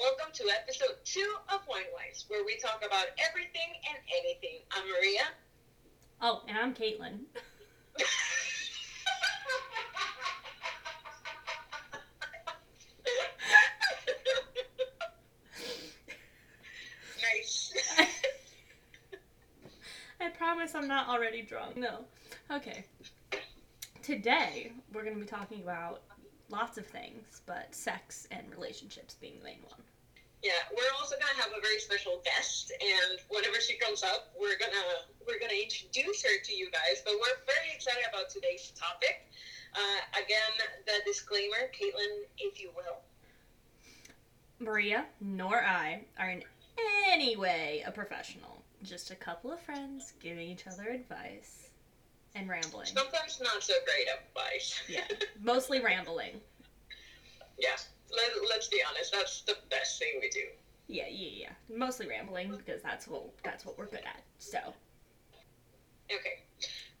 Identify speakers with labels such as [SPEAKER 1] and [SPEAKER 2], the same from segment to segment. [SPEAKER 1] Welcome to episode two of Winewise, where we talk about everything and anything. I'm Maria.
[SPEAKER 2] Oh, and I'm Caitlin.
[SPEAKER 1] nice.
[SPEAKER 2] I promise I'm not already drunk. No. Okay. Today, we're going to be talking about lots of things, but sex and relationships being the main one.
[SPEAKER 1] Yeah, we're also gonna have a very special guest, and whenever she comes up, we're gonna we're gonna introduce her to you guys. But we're very excited about today's topic. Uh, again, the disclaimer, Caitlin, if you will.
[SPEAKER 2] Maria nor I are in any way a professional, just a couple of friends giving each other advice and rambling.
[SPEAKER 1] Sometimes not so great advice.
[SPEAKER 2] Yeah, mostly rambling.
[SPEAKER 1] yeah. Let, let's be honest. That's the best thing we do.
[SPEAKER 2] Yeah, yeah, yeah. Mostly rambling because that's what that's what we're good at. So,
[SPEAKER 1] Okay.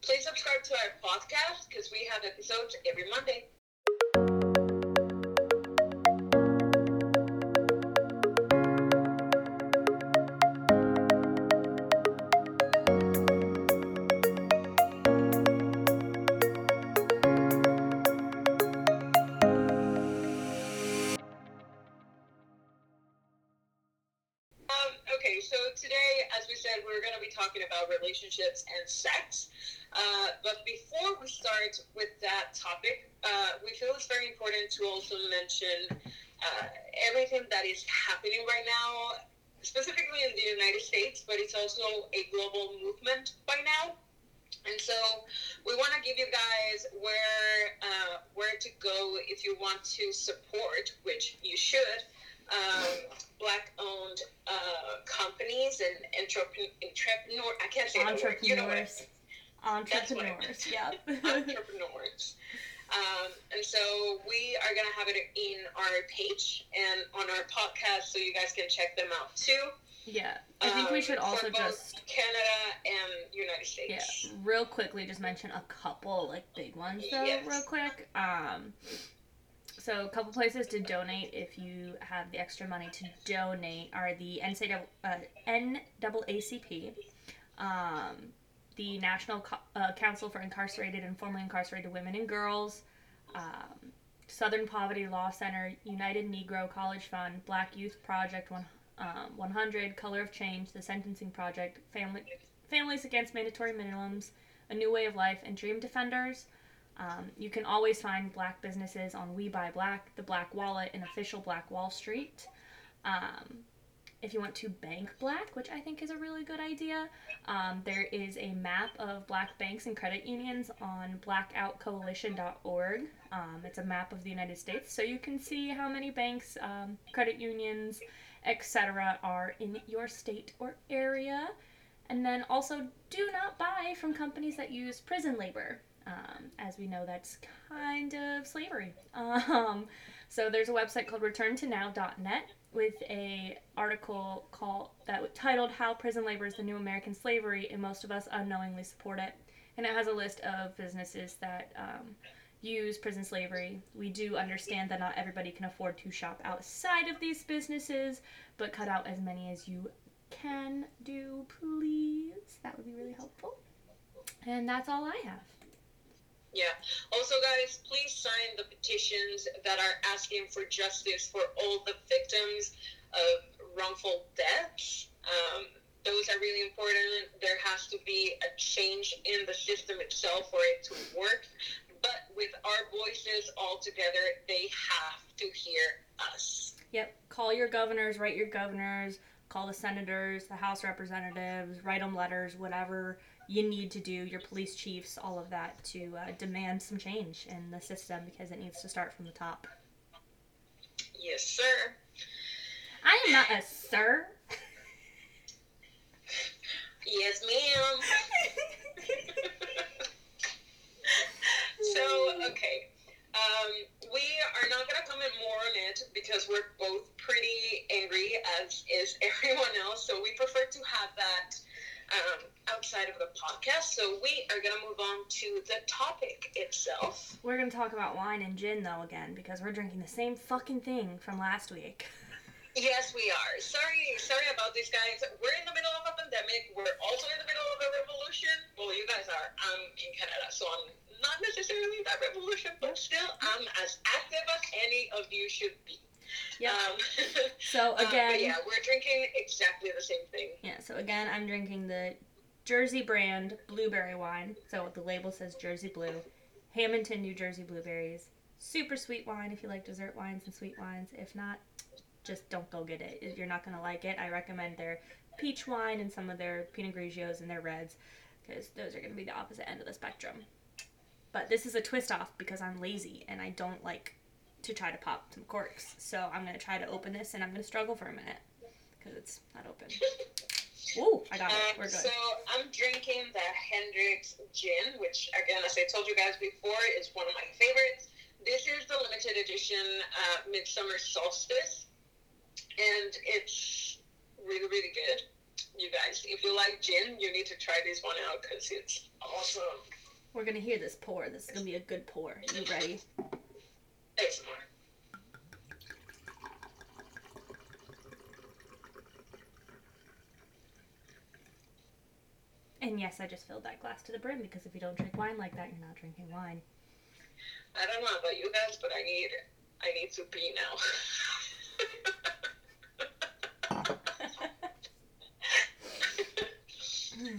[SPEAKER 1] Please subscribe to our podcast because we have episodes every Monday. Um, okay, so today, as we said, we're going to be talking about relationships and sex. Uh, but before we start with that topic, uh, we feel it's very important to also mention uh, everything that is happening right now, specifically in the United States, but it's also a global movement by now. And so we want to give you guys where uh, where to go if you want to support, which you should, um, black-owned uh, companies and entrepreneur, entrepreneur. I can't say the word. You know what I
[SPEAKER 2] entrepreneurs, entrepreneurs. Yeah.
[SPEAKER 1] entrepreneurs. Um, and so we are going to have it in our page and on our podcast so you guys can check them out too.
[SPEAKER 2] yeah. I think we
[SPEAKER 1] Um,
[SPEAKER 2] should
[SPEAKER 1] for
[SPEAKER 2] also
[SPEAKER 1] both
[SPEAKER 2] just
[SPEAKER 1] Canada and United
[SPEAKER 2] Yeah,
[SPEAKER 1] States.
[SPEAKER 2] real quickly, just mention a couple like big ones though,
[SPEAKER 1] Yes.
[SPEAKER 2] real quick. Um, so a couple places to donate if you have the extra money to donate are the NCAA, uh, NAACP, um, the National Co- uh, Council for Incarcerated and Formerly Incarcerated Women and Girls, um, Southern Poverty Law Center, United Negro College Fund, Black Youth Project One um, 100, Color of Change, The Sentencing Project, Family Families Against Mandatory Minimums, A New Way of Life, and Dream Defenders. Um, you can always find black businesses on We Buy Black, The Black Wallet, and Official Black Wall Street. Um, if you want to bank black, which I think is a really good idea, um, there is a map of black banks and credit unions on blackoutcoalition.org. Um, it's a map of the United States, so you can see how many banks, um, credit unions, etc., are in your state or area. And then also, do not buy from companies that use prison labor. Um, as we know, that's kind of slavery. Um, so there's a website called ReturnToNow.net with a article called that titled "How Prison Labor Is the New American Slavery," and most of us unknowingly support it. And it has a list of businesses that um, use prison slavery. We do understand that not everybody can afford to shop outside of these businesses, but cut out as many as you can do, please. That would be really helpful. And that's all I have.
[SPEAKER 1] Yeah. Also, guys, please sign the petitions that are asking for justice for all the victims of wrongful deaths. Um, those are really important. There has to be a change in the system itself for it to work. But with our voices all together, they have to hear us.
[SPEAKER 2] Yep. Call your governors, write your governors, call the senators, the House representatives, write them letters, whatever you need to do, your police chiefs, all of that to uh, demand some change in the system because it needs to start from the top.
[SPEAKER 1] Yes, sir.
[SPEAKER 2] I am not a sir.
[SPEAKER 1] Yes, ma'am. so okay um, we are not going to comment more on it because we're both pretty angry as is everyone else so we prefer to have that um, outside of the podcast so we are going to move on to the topic itself
[SPEAKER 2] We're going to talk about wine and gin though again because we're drinking the same fucking thing from last week.
[SPEAKER 1] Yes, we are. Sorry, sorry about this, guys. We're in the middle of a pandemic. We're also in the middle of a revolution. Well, you guys are. I'm in Canada, so I'm not necessarily in that revolution, but still, I'm as active as any of you should be.
[SPEAKER 2] Yep.
[SPEAKER 1] Um,
[SPEAKER 2] So
[SPEAKER 1] uh, but
[SPEAKER 2] again,
[SPEAKER 1] yeah, we're drinking exactly the same thing.
[SPEAKER 2] Yeah, so again, I'm drinking the Jersey brand blueberry wine. So the label says Jersey Blue, Hamilton, New Jersey blueberries. Super sweet wine if you like dessert wines and sweet wines. If not, just don't go get it. If You're not going to like it. I recommend their peach wine and some of their Pinot Grigios and their reds because those are going to be the opposite end of the spectrum. But this is a twist off because I'm lazy and I don't like to try to pop some corks. So I'm going to try to open this and I'm going to struggle for a minute because it's not open. Ooh, I got it.
[SPEAKER 1] Um,
[SPEAKER 2] We're good.
[SPEAKER 1] so I'm drinking the Hendrix Gin, which, again, as I told you guys before, is one of my favorites. This is the limited edition uh, Midsummer Solstice, and it's really, really good. You guys, if you like gin, you need to try this one out because it's awesome.
[SPEAKER 2] We're gonna hear this pour. This is gonna be a good pour. you ready?
[SPEAKER 1] It's
[SPEAKER 2] And yes, I just filled that glass to the brim because if you don't drink wine like that, you're not drinking wine.
[SPEAKER 1] I don't know about you guys, but I need I need to pee now.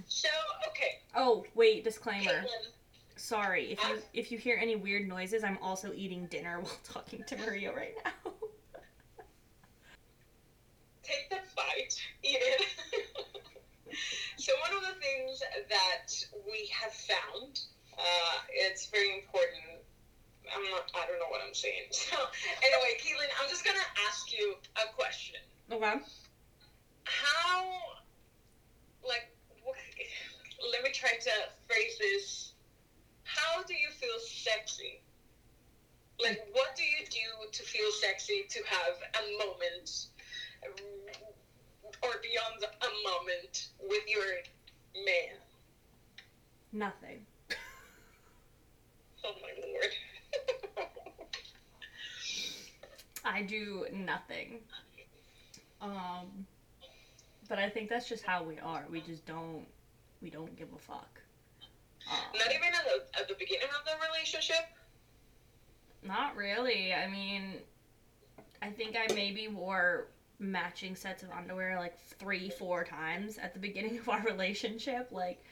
[SPEAKER 1] so okay,
[SPEAKER 2] oh, wait, disclaimer.
[SPEAKER 1] Caitlin,
[SPEAKER 2] Sorry. If you if you hear any weird noises, I'm also eating dinner while talking to Maria right now.
[SPEAKER 1] take the bite, eat it. so one of the things that we have found, uh, it's very important. I'm not. I don't know what I'm saying. So anyway, Caitlin, I'm just gonna ask you a question.
[SPEAKER 2] okay.
[SPEAKER 1] how like what, let me try to phrase this how do you feel sexy like what do you do to feel sexy to have a moment um, or beyond a moment with your man
[SPEAKER 2] Nothing.
[SPEAKER 1] oh my lord
[SPEAKER 2] I do nothing. Um but I think that's just how we are. We just don't we don't give a fuck. Um,
[SPEAKER 1] not even at the, at the beginning of the relationship
[SPEAKER 2] Not really. I mean, I think I maybe wore matching sets of underwear like three, four times at the beginning of our relationship. Like,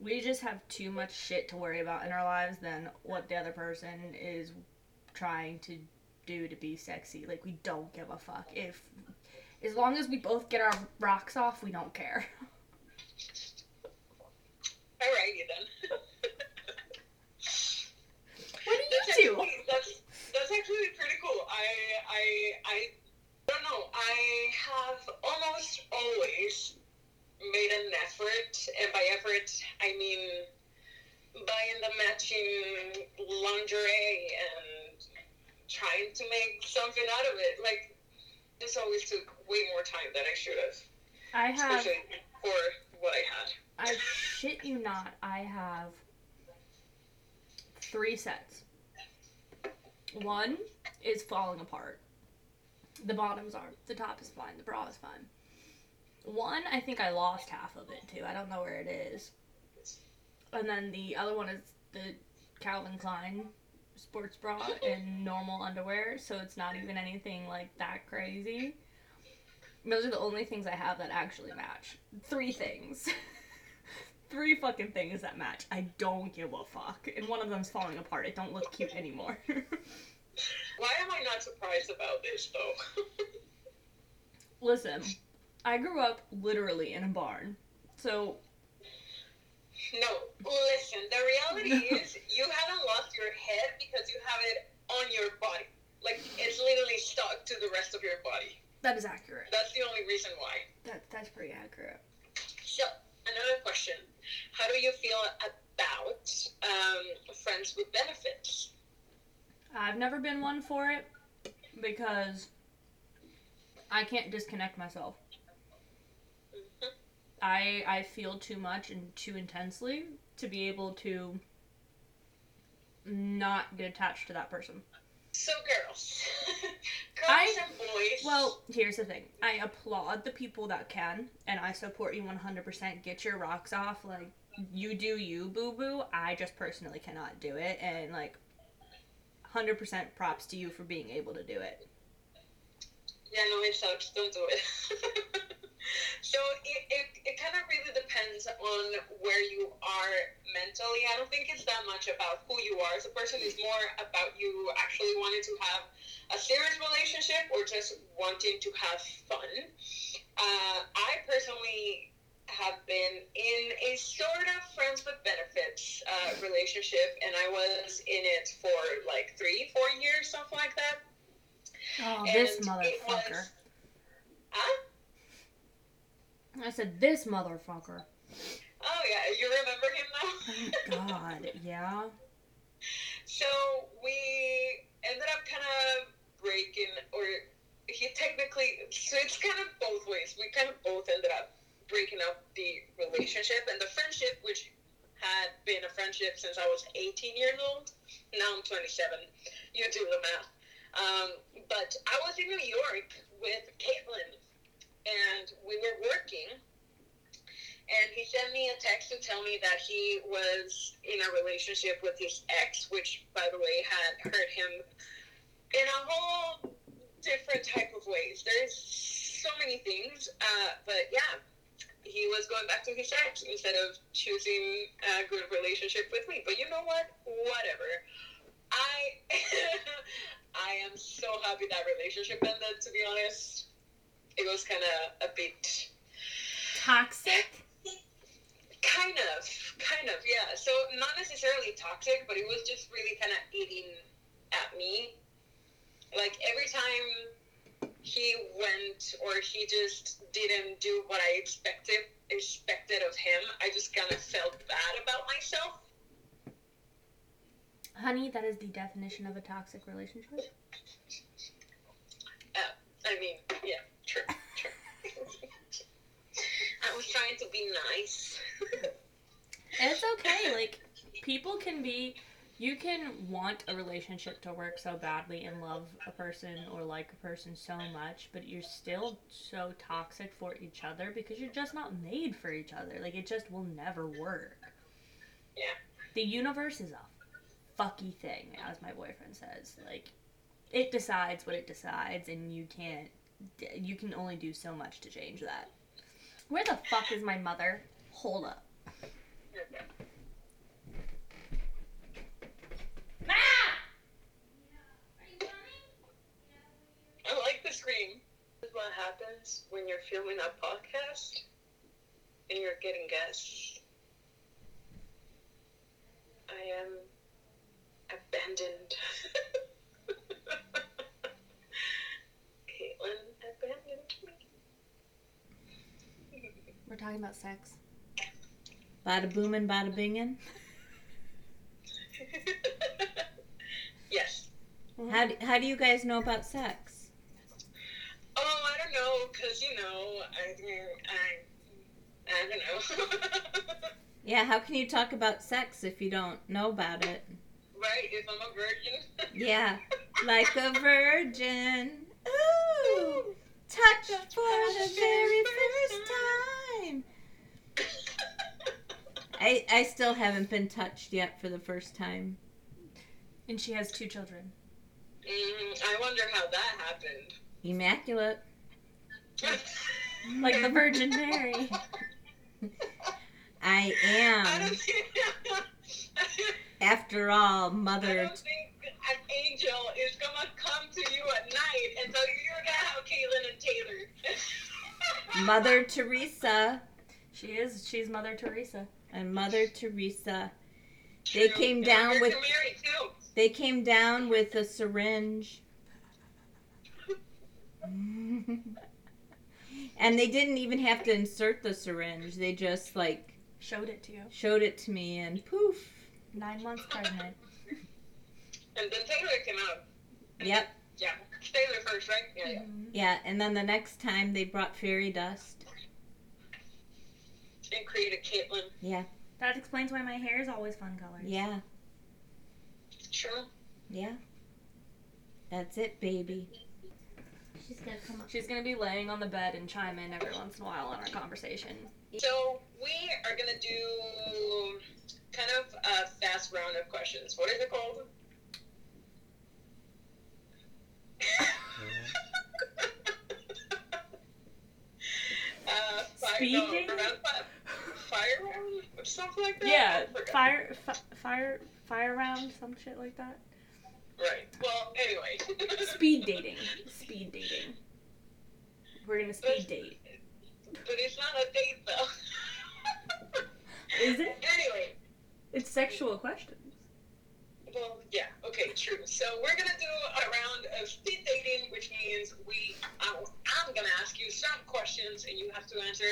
[SPEAKER 2] we just have too much shit to worry about in our lives than what the other person is trying to do to be sexy. Like, we don't give a fuck. If, as long as we both get our rocks off, we don't care.
[SPEAKER 1] alrighty then
[SPEAKER 2] What
[SPEAKER 1] That's
[SPEAKER 2] do you do?
[SPEAKER 1] actually- That's, that's actually pretty cool. I I I don't know. I have almost always made an effort, and by effort I mean buying the matching lingerie and trying to make something out of it. Like this always took way more time than I should have,
[SPEAKER 2] I have.
[SPEAKER 1] especially for what I had.
[SPEAKER 2] I shit you not, I have three sets. One is falling apart. The bottoms are. The top is fine. The bra is fine. One, I think I lost half of it too. I don't know where it is. And then the other one is the Calvin Klein sports bra and normal underwear, so it's not even anything like that crazy. Those are the only things I have that actually match. Three things. Three fucking things that match. I don't give a fuck. And one of them's falling apart. It don't look cute anymore.
[SPEAKER 1] Why am I not surprised about this though?
[SPEAKER 2] Listen, I grew up literally in a barn. So
[SPEAKER 1] No, listen, the reality is you haven't lost your head because you have it on your body. Like, it's literally stuck to the rest of your body.
[SPEAKER 2] that is accurate.
[SPEAKER 1] That's the only reason why.
[SPEAKER 2] That that's pretty accurate.
[SPEAKER 1] So, another question How do you feel about um, friends with benefits?
[SPEAKER 2] I've never been one for it because I can't disconnect myself. Mm-hmm.
[SPEAKER 1] Mhm.
[SPEAKER 2] I I feel too much and too intensely to be able to not get attached to that person.
[SPEAKER 1] So, girls, girls
[SPEAKER 2] I-
[SPEAKER 1] and boys,
[SPEAKER 2] Well, here's the thing. I applaud the people that can, and I support you 100%. Get your rocks off. Like, you do you, boo boo. I just personally cannot do it. And, like, 100% props to you for being able to do it.
[SPEAKER 1] Yeah, no, it sucks. Don't do it. so it, it, it kind of really depends on where you are mentally. I don't think it's that much about who you are as a person. It's more about you actually wanting to have a serious relationship or just wanting to have fun. Uh, I personally have been in a sort of friends with benefits uh, relationship, and I was in it for like three, four years, something like that.
[SPEAKER 2] Oh, this
[SPEAKER 1] And it
[SPEAKER 2] motherfucker.
[SPEAKER 1] was- Huh?
[SPEAKER 2] I said, this motherfucker.
[SPEAKER 1] Oh yeah, you remember him now?
[SPEAKER 2] Thank God. Yeah.
[SPEAKER 1] So we ended up kind of breaking, or he technically. So it's kind of both ways. We kind of both ended up breaking up the relationship and the friendship, which had been a friendship since I was 18 years old. Now I'm 27. You do the math. Um, but I was in New York with Caitlin, and we were working. And he sent me a text to tell me that he was in a relationship with his ex, which, by the way, had hurt him in a whole different type of ways. There's so many things, uh, but yeah, he was going back to his ex instead of choosing a good relationship with me. But you know what? Whatever. I I am so happy that relationship ended. To be honest, it was kind of a bit
[SPEAKER 2] Toxic?
[SPEAKER 1] Kind of, kind of, yeah. So not necessarily toxic, but it was just really kind of eating at me. Like every time he went or he just didn't do what I expected expected of him, I just kind of felt bad about myself.
[SPEAKER 2] Honey, that is the definition of a toxic relationship.
[SPEAKER 1] I mean, yeah, true, true. I was trying to be nice.
[SPEAKER 2] It's okay. Like, people can be. You can want a relationship to work so badly and love a person or like a person so much, but you're still so toxic for each other because you're just not made for each other. Like, it just will never work.
[SPEAKER 1] Yeah.
[SPEAKER 2] The universe is a fucky thing, as my boyfriend says. Like, it decides what it decides, and you can't. You can only do so much to change that. Where the fuck is my mother? Hold up.
[SPEAKER 1] Ma! I like the scream. This is what happens when you're filming a podcast and you're getting guests. I am abandoned. Caitlin abandoned me.
[SPEAKER 2] We're talking about sex. Bada boomin', bada bingin'.
[SPEAKER 1] yes.
[SPEAKER 2] Mm-hmm.
[SPEAKER 3] How do, how do you guys know about sex?
[SPEAKER 1] Oh, I don't know, cause you know, I, I, I don't know.
[SPEAKER 3] Yeah, how can you talk about sex if you don't know about it?
[SPEAKER 1] right? If I'm a virgin.
[SPEAKER 3] Yeah, like a virgin. Ooh, touch for the very first time. I I still haven't been touched yet for the first time.
[SPEAKER 2] And she has two children.
[SPEAKER 1] Mm, I wonder how that happened.
[SPEAKER 3] Immaculate.
[SPEAKER 2] Like the Virgin Mary.
[SPEAKER 3] I
[SPEAKER 1] I don't
[SPEAKER 3] am,
[SPEAKER 1] think,
[SPEAKER 3] after all,
[SPEAKER 1] I
[SPEAKER 3] mother.
[SPEAKER 1] don't think an angel is gonna come to you at night and tell you you're gonna have Caitlin and Taylor.
[SPEAKER 3] Mother Teresa
[SPEAKER 2] She is. She's Mother Teresa.
[SPEAKER 3] and Mother Teresa. They came down with-
[SPEAKER 1] Mary too.
[SPEAKER 3] They came down with a syringe. and they didn't even have to insert the syringe. They just like
[SPEAKER 2] Showed it to you.
[SPEAKER 3] showed it to me and poof.
[SPEAKER 2] Nine months pregnant.
[SPEAKER 1] And then Taylor came out.
[SPEAKER 3] Yep.
[SPEAKER 1] Yeah, Taylor first, right? Yeah.
[SPEAKER 2] Mm-hmm.
[SPEAKER 1] yeah.
[SPEAKER 3] Yeah, and then the next time they brought fairy dust.
[SPEAKER 1] And created Caitlin.
[SPEAKER 2] That explains why my hair is always fun colors.
[SPEAKER 3] Yeah,
[SPEAKER 1] Sure.
[SPEAKER 3] yeah. That's it, baby.
[SPEAKER 4] She's gonna come up.
[SPEAKER 2] She's gonna be laying on the bed and chime in every once in a while on our conversation.
[SPEAKER 1] So we are gonna do kind of a fast round of questions. What is it called? uh, fire,
[SPEAKER 2] Speaking?
[SPEAKER 1] No, round five, fire round or something like that.
[SPEAKER 2] Yeah,
[SPEAKER 1] I forgot.
[SPEAKER 2] fire, f- fire, fire round, some shit like that.
[SPEAKER 1] Right. Well, anyway.
[SPEAKER 2] Speed dating. Speed dating. We're gonna speed date.
[SPEAKER 1] But it's not a date though.
[SPEAKER 2] Is it?
[SPEAKER 1] Anyway.
[SPEAKER 2] It's sexual questions.
[SPEAKER 1] Well, yeah. Okay, true. So we're gonna do a round of speed dating, which means we I'll, I'm gonna ask you some questions and you have to answer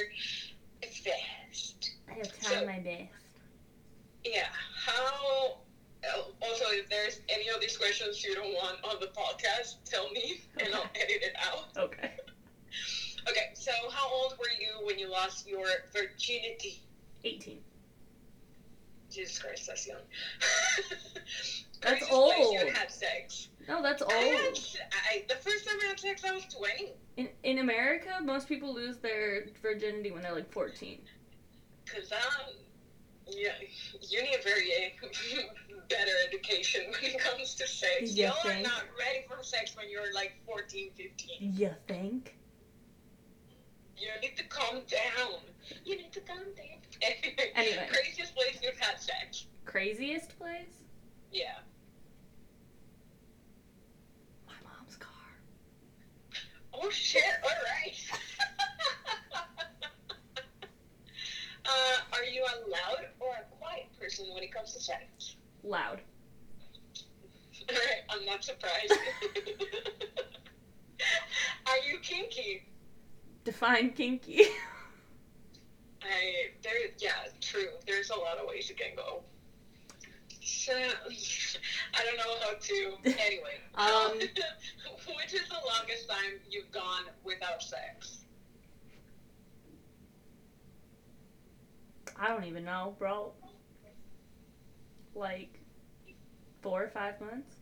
[SPEAKER 1] fast.
[SPEAKER 2] I have
[SPEAKER 1] So-
[SPEAKER 2] tried my best.
[SPEAKER 1] Yeah. How? oh, Also, if there's any of these questions you don't want on the podcast, tell me and I'll edit it out.
[SPEAKER 2] Okay.
[SPEAKER 1] Okay. So how old were you when you lost your virginity?
[SPEAKER 2] 18.
[SPEAKER 1] Jesus Christ, that's young.
[SPEAKER 2] That's
[SPEAKER 1] Craziest place You
[SPEAKER 2] old.
[SPEAKER 1] had sex.
[SPEAKER 2] No, that's
[SPEAKER 1] I had,
[SPEAKER 2] old.
[SPEAKER 1] I, the first time I had sex, I was twenty.
[SPEAKER 2] In, in America, most people lose their virginity when they're like 14.
[SPEAKER 1] Cause um, yeah, you need a very uh, better education when it comes to sex.
[SPEAKER 2] You
[SPEAKER 1] Y'all are
[SPEAKER 2] think?
[SPEAKER 1] not ready for sex when you're like 14, 15.
[SPEAKER 2] You think?
[SPEAKER 1] You need to calm down. You need to calm down.
[SPEAKER 2] Anyway.
[SPEAKER 1] craziest place you've had sex.
[SPEAKER 2] Craziest place?
[SPEAKER 1] Yeah.
[SPEAKER 2] My mom's car.
[SPEAKER 1] Oh shit! All right. uh, are you a loud or a quiet person when it comes to sex?
[SPEAKER 2] Loud.
[SPEAKER 1] All right, I'm not surprised. Are you kinky?
[SPEAKER 2] Define kinky.
[SPEAKER 1] I there yeah, true. There's a lot of ways you can go. So I don't know how to anyway.
[SPEAKER 2] Um.
[SPEAKER 1] which is the longest time you've gone without sex?
[SPEAKER 2] I don't even know, bro. Like, four or five months?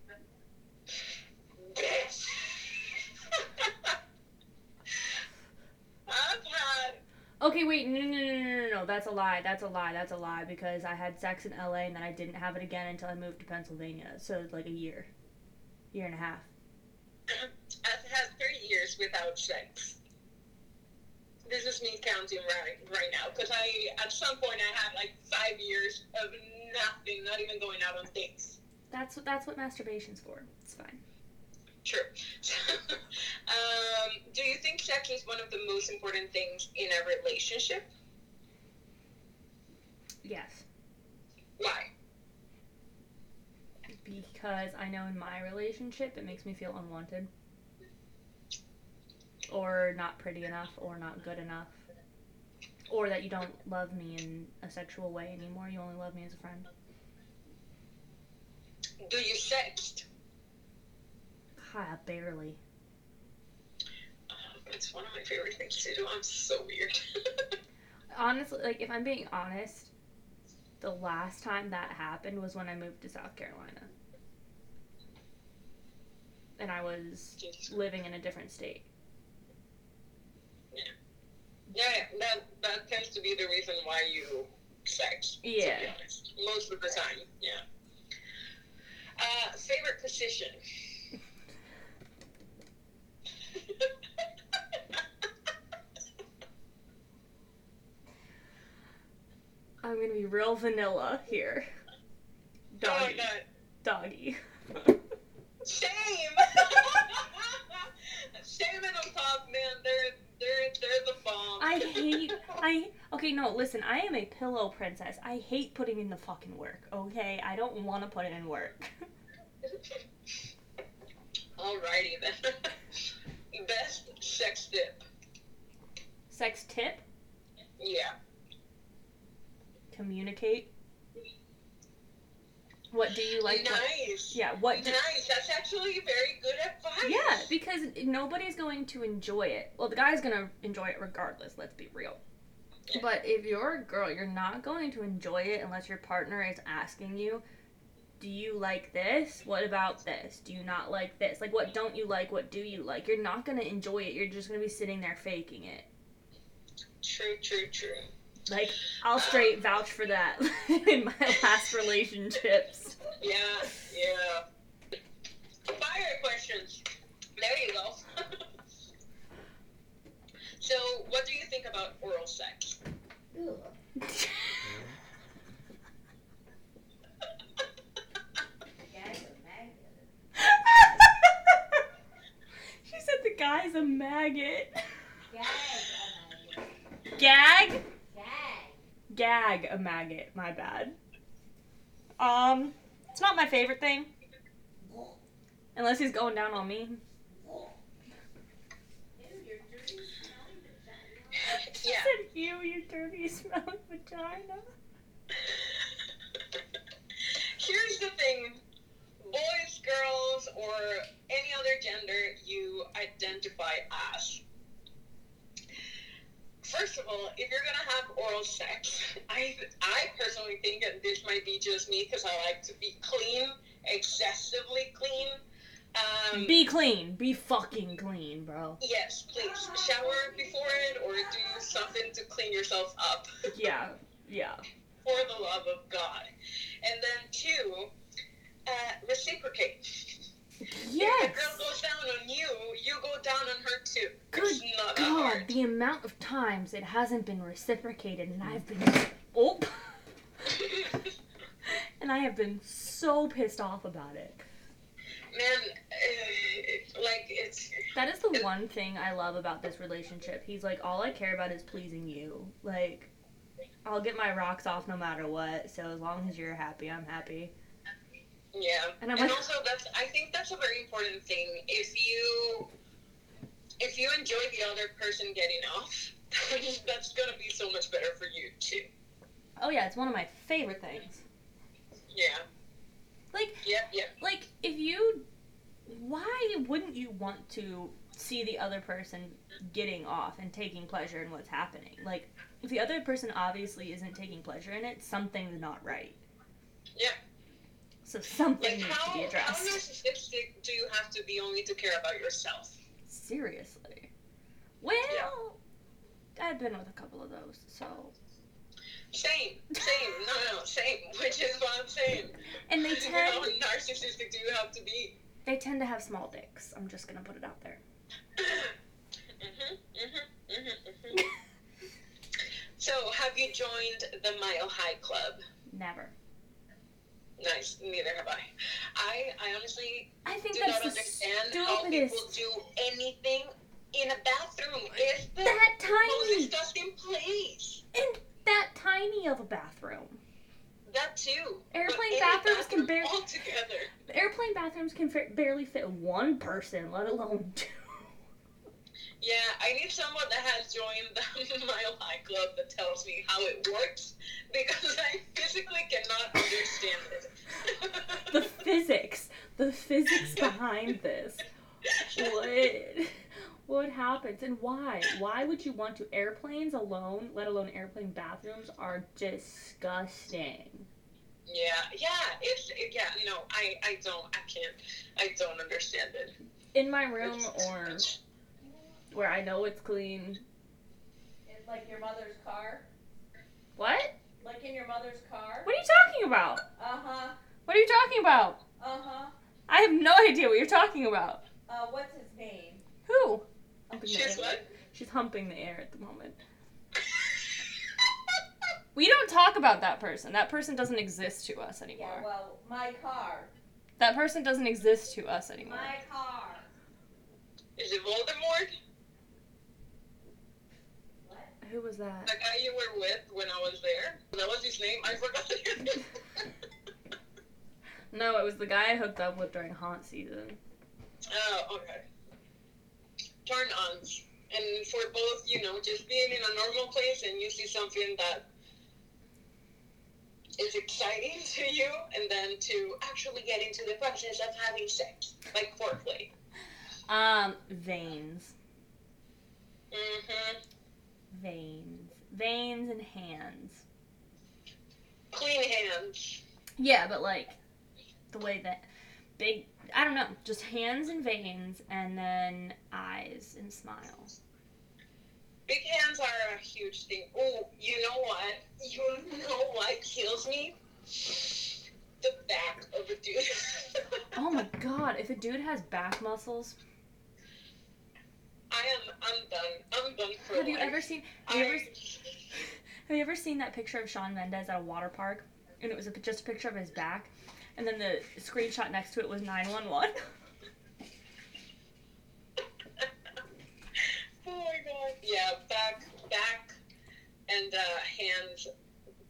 [SPEAKER 1] Bitch. I've had
[SPEAKER 2] Okay, wait, no, no, no, no, no, no, that's a lie, that's a lie, that's a lie, because I had sex in LA and then I didn't have it again until I moved to Pennsylvania, so like a year, year and a half.
[SPEAKER 1] I've had three years without sex. This is me counting right right now because I at some point I had like five years of nothing, not even going out on dates.
[SPEAKER 2] That's what that's what masturbation's for. It's fine.
[SPEAKER 1] True. um, do you think sex is one of the most important things in a relationship?
[SPEAKER 2] Yes,
[SPEAKER 1] Why?
[SPEAKER 2] because I know in my relationship it makes me feel unwanted, or not pretty enough, or not good enough, or that you don't love me in a sexual way anymore. You only love me as a friend.
[SPEAKER 1] Do you sext?
[SPEAKER 2] Ha, barely.
[SPEAKER 1] Oh, it's one of my favorite things to do. I'm so weird.
[SPEAKER 2] honestly, like if I'm being honest, the last time that happened was when I moved to South Carolina. And I was
[SPEAKER 1] Jesus.
[SPEAKER 2] living in a different state.
[SPEAKER 1] yeah, that that tends to be the reason why you sex. to be
[SPEAKER 2] Yeah.
[SPEAKER 1] honest. Most of the time, yeah. Uh, favorite position?
[SPEAKER 2] I'm gonna be real vanilla here.
[SPEAKER 1] Oh,
[SPEAKER 2] Doggy.
[SPEAKER 1] no.
[SPEAKER 2] Doggy.
[SPEAKER 1] Shame! Shame it on top, man. They're, they're, they're the bomb.
[SPEAKER 2] I hate I okay, no, listen, I am a pillow princess. I hate putting in the fucking work, okay? I don't wanna put in work.
[SPEAKER 1] Alrighty then. Best sex tip?
[SPEAKER 2] Sex tip,
[SPEAKER 1] Yeah.
[SPEAKER 2] communicate. What do you like? What,
[SPEAKER 1] nice.
[SPEAKER 2] yeah, what do,
[SPEAKER 1] Nice. That's actually very good advice.
[SPEAKER 2] Yeah, because nobody's going to enjoy it. Well, the guy's going to enjoy it regardless, let's be real.
[SPEAKER 1] Yeah.
[SPEAKER 2] But if you're a girl, you're not going to enjoy it unless your partner is asking you do you like this? What about this? Do you not like this? Like, what don't you like? What do you like? You're not going to enjoy it. You're just going to be sitting there faking it.
[SPEAKER 1] True, true, true.
[SPEAKER 2] Like, I'll straight vouch for that in my last relationships.
[SPEAKER 1] Yeah, yeah. Fire questions. There you go. so, what do you think about oral sex?
[SPEAKER 2] she said the guy's a maggot. Gag? Gag a maggot. My bad. Um, it's not my favorite thing. Unless he's going down on me. She
[SPEAKER 1] Yeah.
[SPEAKER 2] said, Ew, you dirty smelling vagina.
[SPEAKER 1] Here's the thing boys, girls, or any other gender you identify as. First of all, if you're gonna have oral sex, I I personally think, and this might be just me because I like to be clean, excessively clean. Um,
[SPEAKER 2] Be clean. Be fucking clean, bro.
[SPEAKER 1] yes, please shower before it, or do something to clean yourself up.
[SPEAKER 2] Yeah. Yeah.
[SPEAKER 1] for the love of God. And then two, uh, reciprocate. If the girl
[SPEAKER 2] Yes.
[SPEAKER 1] goes down on you, you go down on her too.
[SPEAKER 2] Good
[SPEAKER 1] it's not that
[SPEAKER 2] God,
[SPEAKER 1] hard.
[SPEAKER 2] the amount of times it hasn't been reciprocated, and I've been. Oh. and I have been so pissed off about it.
[SPEAKER 1] Man, uh, like it's
[SPEAKER 2] That is the one thing I love about this relationship. He's like, all I care about is pleasing you. Like, I'll get my rocks off no matter what. So as long as you're happy, I'm happy.
[SPEAKER 1] yeah.
[SPEAKER 2] And
[SPEAKER 1] And,
[SPEAKER 2] I'm like-
[SPEAKER 1] also that's I think that's a very important thing. If you if you enjoy the other person getting off, that's gonna be so much better for you too.
[SPEAKER 2] Oh yeah, it's one of my favorite things.
[SPEAKER 1] Yeah.
[SPEAKER 2] Like,
[SPEAKER 1] Yep, yep.
[SPEAKER 2] like if you, why wouldn't you want to see the other person getting off and taking pleasure in what's happening? Like, if the other person obviously isn't taking pleasure in it, something's not right.
[SPEAKER 1] Yeah.
[SPEAKER 2] So something
[SPEAKER 1] Like
[SPEAKER 2] needs
[SPEAKER 1] how,
[SPEAKER 2] to be
[SPEAKER 1] how
[SPEAKER 2] addressed.
[SPEAKER 1] narcissistic do you have to be only to care about yourself?
[SPEAKER 2] Seriously. Well, I've been with a couple of those, so.
[SPEAKER 1] Same, same, no, no, same. Which is what I'm saying.
[SPEAKER 2] And they
[SPEAKER 1] How
[SPEAKER 2] tend
[SPEAKER 1] narcissistic do you have to be?
[SPEAKER 2] they tend to have small dicks. I'm just gonna put it out there. Mm-hmm,
[SPEAKER 1] Mhm, mhm, mhm, mhm. so, have you joined the Mile High Club?
[SPEAKER 2] Never.
[SPEAKER 1] Nice. Neither have I. I, I honestly
[SPEAKER 2] I think
[SPEAKER 1] do
[SPEAKER 2] that's
[SPEAKER 1] not
[SPEAKER 2] the
[SPEAKER 1] understand how
[SPEAKER 2] stupidest.
[SPEAKER 1] people do anything in a bathroom. It's the
[SPEAKER 2] That
[SPEAKER 1] most
[SPEAKER 2] tiny
[SPEAKER 1] disgusting place.
[SPEAKER 2] and that tiny of a bathroom.
[SPEAKER 1] That too. But
[SPEAKER 2] Airplane
[SPEAKER 1] any
[SPEAKER 2] bathrooms can
[SPEAKER 1] bathroom
[SPEAKER 2] bar-
[SPEAKER 1] altogether.
[SPEAKER 2] Airplane bathrooms can fa- barely fit one person, let alone two.
[SPEAKER 1] Yeah, I need someone that has joined the Mile High Club that tells me how it works because I physically cannot understand it.
[SPEAKER 2] The physics, the physics behind this. what what happens and why why would you want to airplanes alone let alone airplane bathrooms are disgusting
[SPEAKER 1] Yeah, yeah, it's yeah. No, I I don't. I can't. I don't understand it.
[SPEAKER 2] in my room or where i know it's clean
[SPEAKER 4] Like your mother's car?
[SPEAKER 2] what
[SPEAKER 4] Like in your mother's car?
[SPEAKER 2] what are you talking about
[SPEAKER 4] Uh huh.
[SPEAKER 2] what are you talking about
[SPEAKER 4] Uh huh.
[SPEAKER 2] i have no idea what you're talking about
[SPEAKER 4] Uh, what's his name?
[SPEAKER 2] who humping
[SPEAKER 1] She's
[SPEAKER 2] the air.
[SPEAKER 1] what?
[SPEAKER 2] she's humping the air at the moment we don't talk about that person that person doesn't exist to us anymore
[SPEAKER 4] Yeah, well, my car.
[SPEAKER 2] that person doesn't exist to us anymore
[SPEAKER 4] My car.
[SPEAKER 1] Is it Voldemort?
[SPEAKER 2] who was that
[SPEAKER 1] The guy you were with when I was there? That was his name. I forgot.
[SPEAKER 2] No, it was the guy I hooked up with during haunt season.
[SPEAKER 1] oh, okay. Turn ons. And for both, you know, just being in a normal place and you see something that is exciting to you, and then to actually get into the process of having sex, like foreplay.
[SPEAKER 2] Um, veins,
[SPEAKER 1] Mm-hmm.
[SPEAKER 2] veins, veins, and hands.
[SPEAKER 1] Clean hands.
[SPEAKER 2] Yeah, but like, the way that big I don't know, just hands and veins and then eyes and smile.
[SPEAKER 1] Big hands are a huge thing. Oh, you know what? You know what kills me? The back of a dude.
[SPEAKER 2] Oh my god, if a dude has back muscles,
[SPEAKER 1] I am. I'm done. I'm done for
[SPEAKER 2] have you
[SPEAKER 1] life.
[SPEAKER 2] ever seen have you ever
[SPEAKER 1] I,
[SPEAKER 2] Have you ever seen that picture of Sean Mendez at a water park? And it was a, just a picture of his back, and then the screenshot next to it was 911.
[SPEAKER 1] oh my god. Yeah, back, back, and uh, hands,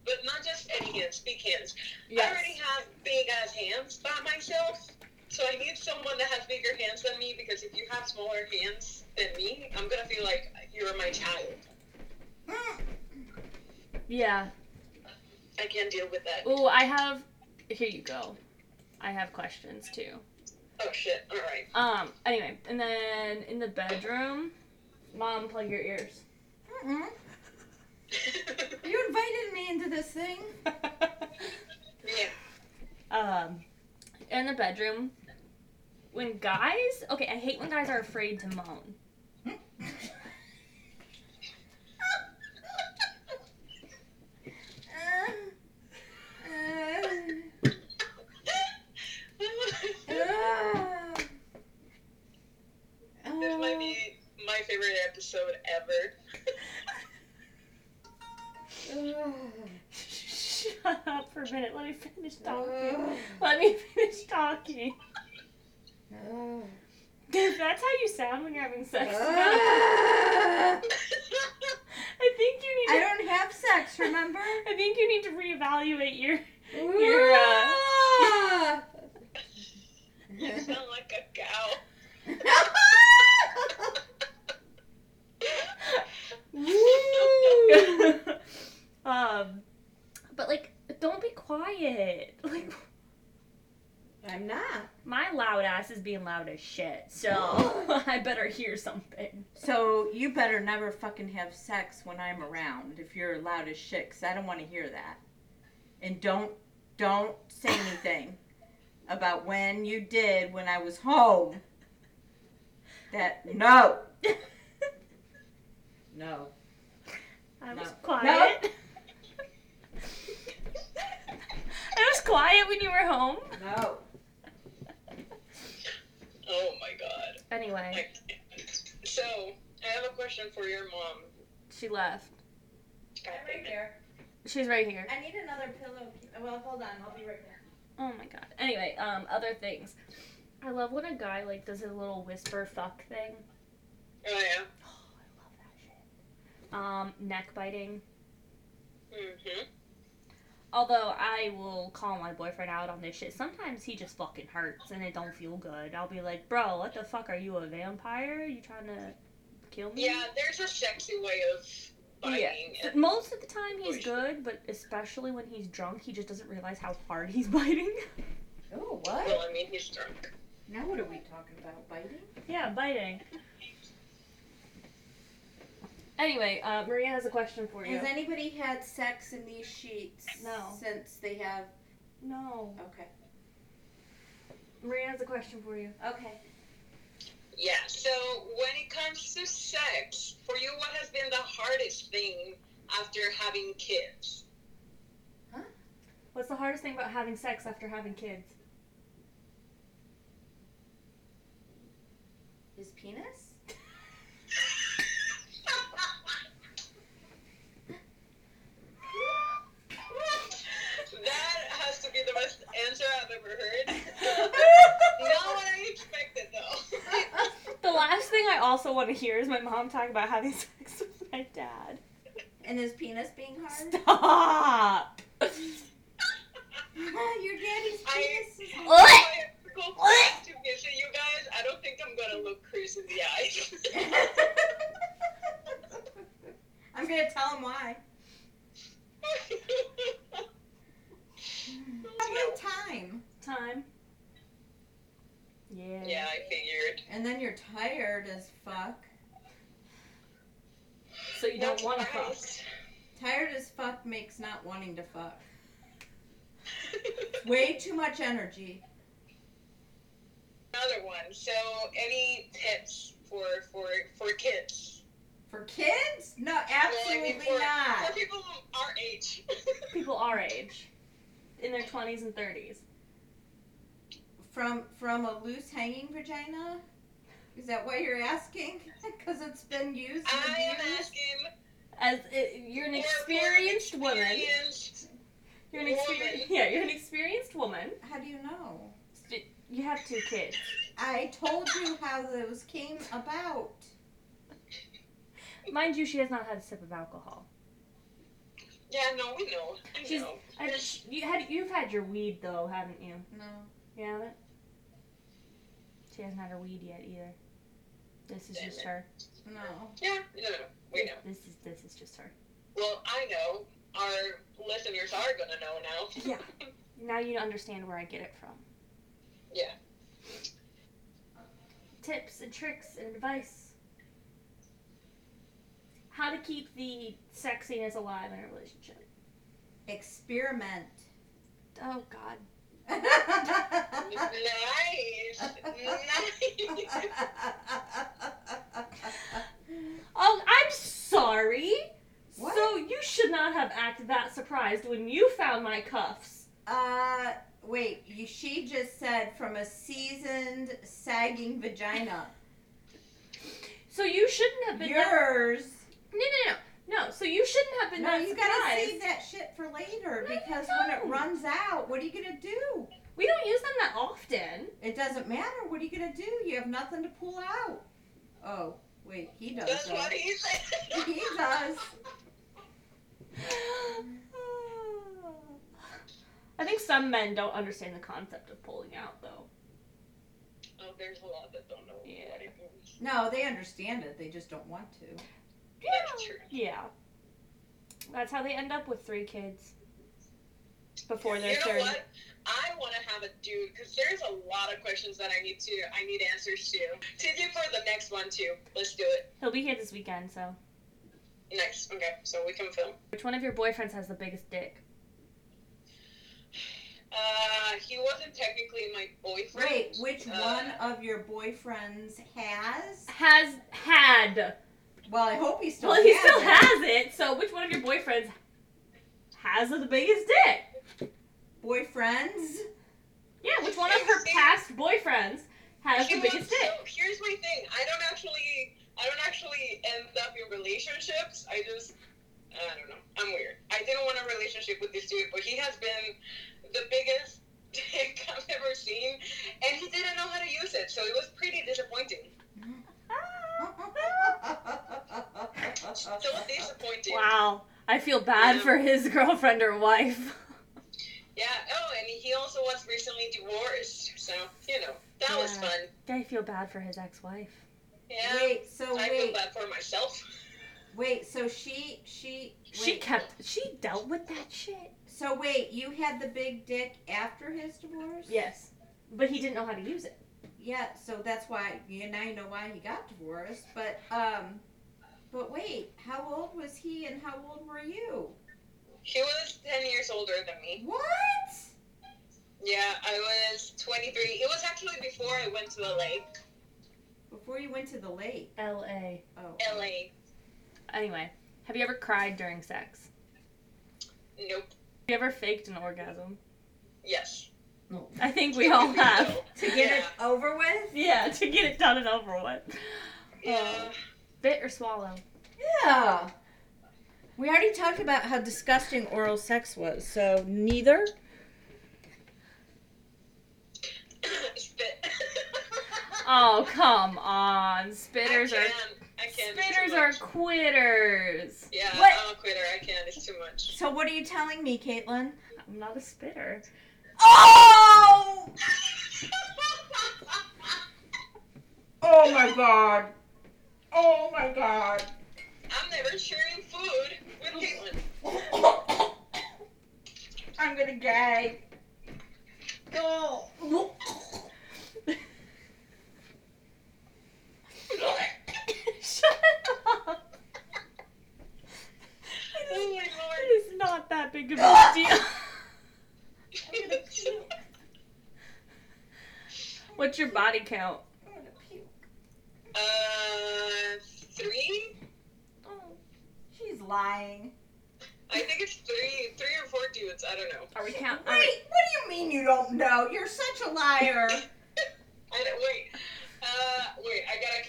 [SPEAKER 1] but not just any hands. Big hands. I already have big ass hands by myself, so I need someone that has bigger hands than me because if you have smaller hands than me, I'm gonna feel like you're my child.
[SPEAKER 2] Yeah.
[SPEAKER 1] I can't deal with that.
[SPEAKER 2] Ooh, I have. Here you go. I have questions too.
[SPEAKER 1] Oh shit. All right.
[SPEAKER 2] Um. Anyway, and then in the bedroom, mom, plug your ears.
[SPEAKER 3] Mm-mm. You invited me into this thing.
[SPEAKER 1] yeah.
[SPEAKER 2] um, in the bedroom, when guys. Okay, I hate when guys are afraid to moan.
[SPEAKER 1] this might be my favorite episode ever.
[SPEAKER 2] Shut up for a minute. Let me finish
[SPEAKER 3] Uh.
[SPEAKER 2] talking. Let me finish talking. Dude, that's how you sound when you're having sex.
[SPEAKER 3] Uh. I
[SPEAKER 2] I think you need. To,
[SPEAKER 3] don't have sex, remember?
[SPEAKER 2] I think you need to reevaluate your. You're, uh,
[SPEAKER 1] you sound like a cow.
[SPEAKER 2] um, but like, don't be quiet. Like,
[SPEAKER 3] I'm not.
[SPEAKER 2] my loud ass is being loud as shit, so I better hear something.
[SPEAKER 3] So you better never fucking have sex when I'm around if you're loud as shit, 'cause I don't want to hear that. And don't don't say anything about when you did when I was home. That no no.
[SPEAKER 2] I was
[SPEAKER 3] No.
[SPEAKER 2] quiet. I was quiet when you were home.
[SPEAKER 3] No.
[SPEAKER 1] Oh my god.
[SPEAKER 2] Anyway,
[SPEAKER 1] So, I have a question for your mom.
[SPEAKER 2] she left.
[SPEAKER 4] I'm right here.
[SPEAKER 2] She's right here.
[SPEAKER 4] I need another pillow. Well, hold on. I'll be right back.
[SPEAKER 2] Oh my god. Anyway, um, other things. I love when a guy like does his little whisper fuck thing.
[SPEAKER 1] Oh yeah.
[SPEAKER 2] Oh, I love that shit. Um, neck biting.
[SPEAKER 1] Mhm.
[SPEAKER 2] Although I will call my boyfriend out on this shit. Sometimes he just fucking hurts and it don't feel good. I'll be like, bro, what the fuck are you a vampire? You trying to kill me?
[SPEAKER 1] Yeah, there's a sexy way of biting.
[SPEAKER 2] But
[SPEAKER 1] And,
[SPEAKER 2] Most of the time he's good, but especially when he's drunk, he just doesn't realize how hard he's biting.
[SPEAKER 3] Oh what?
[SPEAKER 1] well, I mean, he's drunk.
[SPEAKER 3] Now what are we talking about? Biting?
[SPEAKER 2] Yeah, biting. Anyway, uh, Maria has a question for you.
[SPEAKER 3] Has anybody had sex in these sheets
[SPEAKER 2] No.
[SPEAKER 3] since they have
[SPEAKER 2] no.
[SPEAKER 3] okay.
[SPEAKER 2] Maria has a question for you.
[SPEAKER 3] Okay.
[SPEAKER 1] Yeah. So, when it comes to sex, for you, what has been the hardest thing after having kids?
[SPEAKER 2] What's the hardest thing about having sex after having kids?
[SPEAKER 3] His penis?
[SPEAKER 1] that has to be the best answer I've ever heard. Not what I expected, though.
[SPEAKER 2] The last thing I also want to hear is my mom talking about having sex with my dad.
[SPEAKER 3] and his penis being hard?
[SPEAKER 2] Stop!
[SPEAKER 3] Your daddy's
[SPEAKER 1] I-
[SPEAKER 3] penis is
[SPEAKER 1] If I have to go back to visit you guys, I don't think I'm gonna look Chris in the eyes.
[SPEAKER 3] I'm gonna tell him why.
[SPEAKER 1] No.
[SPEAKER 3] time.
[SPEAKER 2] Time. Yeah.
[SPEAKER 1] Yeah, I figured.
[SPEAKER 3] And then you're tired as fuck.
[SPEAKER 2] So you don't want to fuck.
[SPEAKER 1] Nice.
[SPEAKER 3] Tired as fuck makes not wanting to fuck. Way too much energy.
[SPEAKER 1] another one. So, any tips for for for kids?
[SPEAKER 3] For kids? No,
[SPEAKER 1] Well, I mean,
[SPEAKER 3] absolutely
[SPEAKER 1] for,
[SPEAKER 3] not.
[SPEAKER 1] For people our age.
[SPEAKER 2] People our age, in their 20s and 30s.
[SPEAKER 3] From from a loose hanging vagina? Is that what you're asking? Because it's been used and
[SPEAKER 1] I am
[SPEAKER 3] abused.
[SPEAKER 1] asking.
[SPEAKER 2] As it, you're an
[SPEAKER 1] for- for
[SPEAKER 2] experienced woman.
[SPEAKER 1] experienced-
[SPEAKER 2] You're an experienced.
[SPEAKER 1] woman.
[SPEAKER 2] Yeah, you're an experienced woman.
[SPEAKER 3] How do you know?
[SPEAKER 2] You have two kids.
[SPEAKER 3] I told you how those came about.
[SPEAKER 2] Mind you, she has not had a sip of alcohol.
[SPEAKER 1] Yeah, no, we know. I
[SPEAKER 2] She's-
[SPEAKER 1] know.
[SPEAKER 2] I, you had you've had your weed though, haven't you?
[SPEAKER 3] No.
[SPEAKER 2] Yeah. That, she hasn't had her weed yet either. This is
[SPEAKER 1] Damn
[SPEAKER 2] just
[SPEAKER 1] it.
[SPEAKER 2] her.
[SPEAKER 3] No.
[SPEAKER 1] Yeah, no, no, we know.
[SPEAKER 2] This is this is just her.
[SPEAKER 1] Well, I know. Our listeners are gonna know now.
[SPEAKER 2] Yeah. Now you understand where I get it from.
[SPEAKER 1] Yeah.
[SPEAKER 2] Tips and tricks and advice. How to keep the sexiness alive in a relationship.
[SPEAKER 3] Experiment.
[SPEAKER 2] Oh God.
[SPEAKER 1] nice, nice.
[SPEAKER 2] Oh, I'm sorry.
[SPEAKER 3] What?
[SPEAKER 2] So you should not have acted that surprised when you found my cuffs.
[SPEAKER 3] uh, wait. You, she just said from a seasoned, sagging vagina.
[SPEAKER 2] So you shouldn't have been. That,
[SPEAKER 3] Yours.
[SPEAKER 2] no, no, no, no. So you shouldn't have been
[SPEAKER 3] No,
[SPEAKER 2] that
[SPEAKER 3] you gotta
[SPEAKER 2] surprised.
[SPEAKER 3] save that shit for later
[SPEAKER 2] No, you
[SPEAKER 3] because when it
[SPEAKER 2] don't.
[SPEAKER 3] runs out, what are you gonna do?
[SPEAKER 2] We don't use them that often.
[SPEAKER 3] It doesn't matter. What are you gonna do? You have nothing to pull out. Oh, wait. He does.
[SPEAKER 1] That's
[SPEAKER 3] though.
[SPEAKER 1] what he said.
[SPEAKER 3] He does.
[SPEAKER 2] I think some men don't understand the concept of pulling out, though.
[SPEAKER 1] Oh, there's a lot that don't know
[SPEAKER 2] Yeah.
[SPEAKER 1] what it means.
[SPEAKER 3] No, they understand it. They just don't want to.
[SPEAKER 1] That's true.
[SPEAKER 2] Yeah. That's how they end up with three kids before they're
[SPEAKER 1] you know
[SPEAKER 2] 30.
[SPEAKER 1] what? I want to have a dude because there's a lot of questions that I need to I need answers to. Take it for the next one too. Let's do it.
[SPEAKER 2] He'll be here this weekend, so.
[SPEAKER 1] Next, okay. So we can film.
[SPEAKER 2] Which one of your boyfriends has the biggest dick?
[SPEAKER 1] Uh, he wasn't technically my boyfriend.
[SPEAKER 3] Wait, which
[SPEAKER 1] Uh,
[SPEAKER 3] one of your boyfriends has?
[SPEAKER 2] Has had.
[SPEAKER 3] Well, I hope he still
[SPEAKER 2] well, he
[SPEAKER 3] has.
[SPEAKER 2] still
[SPEAKER 3] it.
[SPEAKER 2] has it, so which one of your boyfriends has the biggest dick?
[SPEAKER 3] boyfriends.
[SPEAKER 2] Yeah, which one of her past boyfriends has
[SPEAKER 1] He
[SPEAKER 2] the biggest
[SPEAKER 1] was-
[SPEAKER 2] dick?
[SPEAKER 1] So here's my thing. I don't actually I don't actually end up in relationships. I just I don't know. I'm weird. I didn't want a relationship with this dude, but he has been the biggest dick I've ever seen, and he didn't know how to use it, so it was pretty disappointing.
[SPEAKER 2] Ah.
[SPEAKER 1] So disappointing.
[SPEAKER 2] Wow. I feel bad for his girlfriend or wife.
[SPEAKER 1] Yeah. Oh, and he also was recently divorced, so you know that was
[SPEAKER 2] Yeah.
[SPEAKER 1] fun.
[SPEAKER 2] I feel bad for his ex wife.
[SPEAKER 1] Yeah.
[SPEAKER 3] Wait, so
[SPEAKER 1] I feel
[SPEAKER 3] wait,
[SPEAKER 1] bad for myself.
[SPEAKER 3] wait, so she, she,
[SPEAKER 2] She
[SPEAKER 3] wait,
[SPEAKER 2] kept, she dealt with that shit.
[SPEAKER 3] So wait, you had the big dick after his divorce?
[SPEAKER 2] Yes. But he didn't know how to use it.
[SPEAKER 3] Yeah, so that's why you now you know why he got divorced. But um, but wait, how old was he and how old were you?
[SPEAKER 1] He was ten years older than me.
[SPEAKER 3] What?
[SPEAKER 1] Yeah, I was 23. It was actually before I went to LA.
[SPEAKER 3] Before you went to the lake?
[SPEAKER 2] LA.
[SPEAKER 3] Oh,
[SPEAKER 1] LA.
[SPEAKER 2] Anyway, have you ever cried during sex?
[SPEAKER 1] Nope.
[SPEAKER 2] Have you ever faked an orgasm?
[SPEAKER 1] Yes.
[SPEAKER 2] I think we all have.
[SPEAKER 3] to get it over with?
[SPEAKER 2] Yeah, to get it done and over with.
[SPEAKER 1] Yeah.
[SPEAKER 2] Bit or swallow?
[SPEAKER 3] Yeah. We already talked about how disgusting oral sex was, so neither.
[SPEAKER 1] Spit.
[SPEAKER 2] Oh, come on. Spitters
[SPEAKER 1] I
[SPEAKER 2] are.
[SPEAKER 1] can't. I can't. It's too
[SPEAKER 2] Spitters are
[SPEAKER 1] much.
[SPEAKER 2] quitters.
[SPEAKER 1] Yeah,
[SPEAKER 3] What?
[SPEAKER 1] I'm a quitter. I can't. It's too much.
[SPEAKER 3] So what are you telling me, Caitlin?
[SPEAKER 2] I'm not a spitter.
[SPEAKER 3] Oh! Oh my god. Oh my god.
[SPEAKER 1] I'm never sharing food with Caitlin.
[SPEAKER 3] I'm gonna gag.
[SPEAKER 1] No.
[SPEAKER 2] Shut up. It is,
[SPEAKER 1] Oh my lord.
[SPEAKER 2] it is not that big of a deal. What's your body count?
[SPEAKER 4] I'm gonna puke.
[SPEAKER 1] Uh, three?
[SPEAKER 4] Oh,
[SPEAKER 3] She's lying.
[SPEAKER 1] I think it's three, three or four dudes. I don't know.
[SPEAKER 2] Are we count?
[SPEAKER 3] Wait, what do you mean you don't know? You're such a liar.
[SPEAKER 1] I don't, wait, uh, wait. I gotta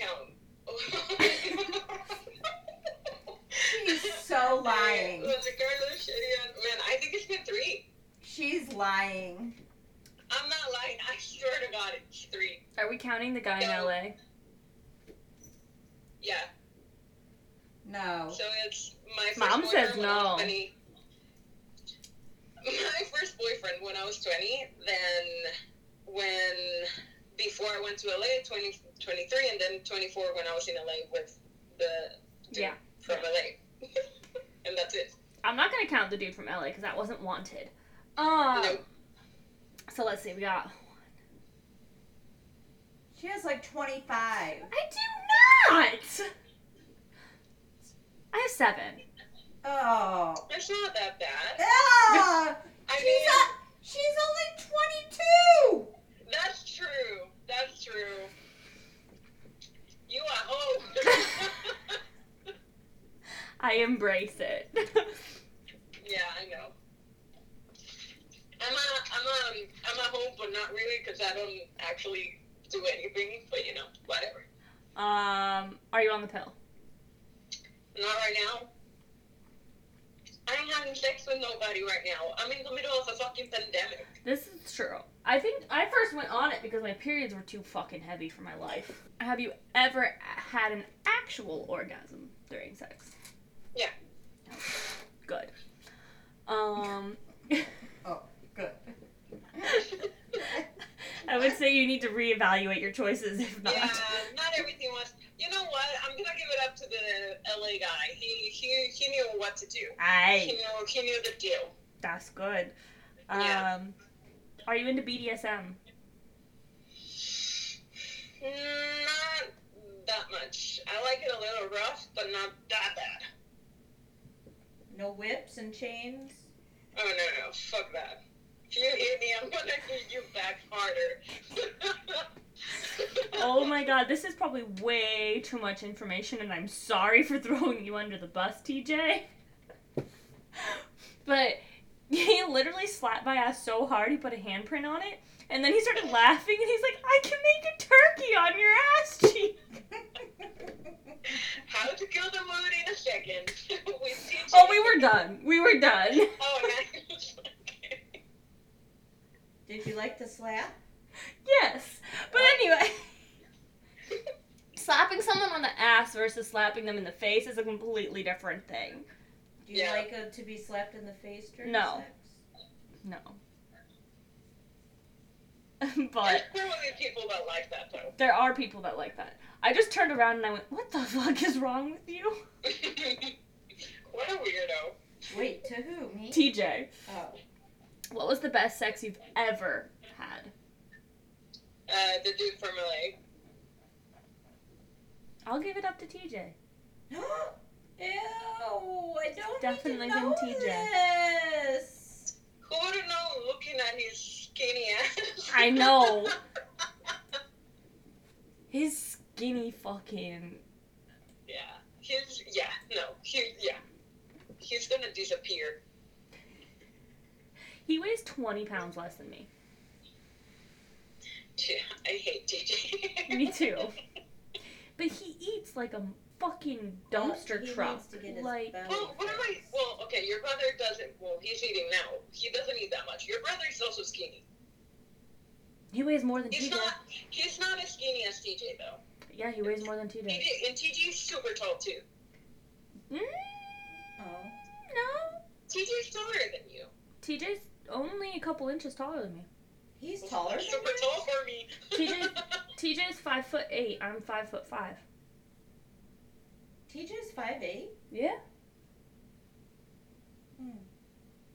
[SPEAKER 1] count.
[SPEAKER 3] She's so lying.
[SPEAKER 1] Was it Carlos Sheridan? Man, I think it's been three.
[SPEAKER 3] She's lying.
[SPEAKER 1] I'm not lying. I swear to God, it's three.
[SPEAKER 2] Are we counting the guy in
[SPEAKER 1] No.
[SPEAKER 2] LA?
[SPEAKER 1] Yeah.
[SPEAKER 3] No.
[SPEAKER 1] So it's my first
[SPEAKER 2] Oh. Mom
[SPEAKER 1] boyfriend
[SPEAKER 2] says
[SPEAKER 1] when I
[SPEAKER 2] no.
[SPEAKER 1] was 20. My first boyfriend when I was 20, then when before I went to LA, 20, 23, and then 24 when I was in LA with the dude
[SPEAKER 2] Yeah,
[SPEAKER 1] from LA. and that's it.
[SPEAKER 2] I'm not gonna count the dude from LA because that wasn't wanted. Um.
[SPEAKER 1] No.
[SPEAKER 2] So let's see. We got.
[SPEAKER 3] She has like 25.
[SPEAKER 2] I do not. I have seven.
[SPEAKER 3] Oh.
[SPEAKER 1] That's not that bad.
[SPEAKER 3] Ah,
[SPEAKER 1] I
[SPEAKER 3] she's,
[SPEAKER 1] mean,
[SPEAKER 3] a, she's only 22.
[SPEAKER 1] that's true. That's true. You are home.
[SPEAKER 2] I embrace it.
[SPEAKER 1] Yeah, I know. I'm a, I'm a, I'm a home, but not really, because I don't actually do anything. But you know, whatever.
[SPEAKER 2] um. Are you on the pill?
[SPEAKER 1] Not right now. I ain't having sex with nobody right now. I'm in the middle of a fucking pandemic.
[SPEAKER 2] This is true. I think I first went on it because my periods were too fucking heavy for my life. Have you ever a- had an actual orgasm during sex?
[SPEAKER 1] Yeah.
[SPEAKER 2] Good. Um.
[SPEAKER 3] Good.
[SPEAKER 2] I would say you need to reevaluate your choices if not.
[SPEAKER 1] Yeah, not everything was. You know what? I'm gonna give it up to the LA guy. He he he knew what to do. He
[SPEAKER 2] Aye,
[SPEAKER 1] knew he knew the deal.
[SPEAKER 2] that's good. Um,
[SPEAKER 1] Yeah.
[SPEAKER 2] Are you into BDSM?
[SPEAKER 1] Not that much. I like it a little rough, but not that bad.
[SPEAKER 3] No whips and chains.
[SPEAKER 1] Oh no, no, fuck that. If you hit me, I'm gonna hit you back harder.
[SPEAKER 2] Oh my god, this is probably way too much information, and I'm sorry for throwing you under the bus, TJ. But he literally slapped my ass so hard he put a handprint on it, and then he started laughing, and he's like, I can make a turkey on your ass cheek.
[SPEAKER 1] How to kill the mood in a second. we teach
[SPEAKER 2] Oh,
[SPEAKER 1] you-
[SPEAKER 2] we were done. We were done.
[SPEAKER 1] Oh, nice. Okay.
[SPEAKER 3] Did you like the slap?
[SPEAKER 2] Yes. But anyway, slapping someone on the ass versus slapping them in the face is a completely different thing.
[SPEAKER 3] Do you
[SPEAKER 1] Yeah.
[SPEAKER 3] like uh, to be slapped in the face during
[SPEAKER 2] No.
[SPEAKER 3] sex?
[SPEAKER 2] No. but
[SPEAKER 1] There's probably people that like that though.
[SPEAKER 2] there are people that like that. I just turned around and I went, "What the fuck is wrong with you?"
[SPEAKER 1] what a weirdo.
[SPEAKER 3] Wait, to who? Me?
[SPEAKER 2] TJ,
[SPEAKER 3] Oh.
[SPEAKER 2] what was the best sex you've ever had?
[SPEAKER 1] Uh, the dude from LA.
[SPEAKER 2] I'll give it up to TJ.
[SPEAKER 3] Ew, I don't
[SPEAKER 2] Definitely
[SPEAKER 3] need to know
[SPEAKER 2] been TJ.
[SPEAKER 3] this.
[SPEAKER 1] Who would have known looking at his skinny ass?
[SPEAKER 2] I know. His skinny fucking
[SPEAKER 1] yeah. He's yeah. No. He yeah. He's gonna disappear.
[SPEAKER 2] He weighs 20 pounds less than me.
[SPEAKER 1] I hate TJ.
[SPEAKER 2] Me too. But he eats like a fucking dumpster
[SPEAKER 3] He needs
[SPEAKER 2] truck.
[SPEAKER 3] to get his
[SPEAKER 2] Like
[SPEAKER 3] belly
[SPEAKER 1] Well, what am I?
[SPEAKER 3] fixed.
[SPEAKER 1] Well, okay, your brother doesn't. Well, he's eating now. He doesn't eat that much. Your brother is also skinny.
[SPEAKER 2] he weighs more than
[SPEAKER 1] He's
[SPEAKER 2] TJ.
[SPEAKER 1] not. He's not as skinny as TJ though.
[SPEAKER 2] Yeah, he weighs more than TJ.
[SPEAKER 1] TJ and TJ's super tall too.
[SPEAKER 2] Mm,
[SPEAKER 3] Oh.
[SPEAKER 2] no,
[SPEAKER 1] TJ's taller than you.
[SPEAKER 2] TJ's only a couple inches taller than me.
[SPEAKER 3] He's taller than
[SPEAKER 1] Super
[SPEAKER 3] you?
[SPEAKER 1] tall for me.
[SPEAKER 2] TJ TJ's five foot eight. I'm five foot five.
[SPEAKER 3] TJ's 5'8?
[SPEAKER 2] Yeah.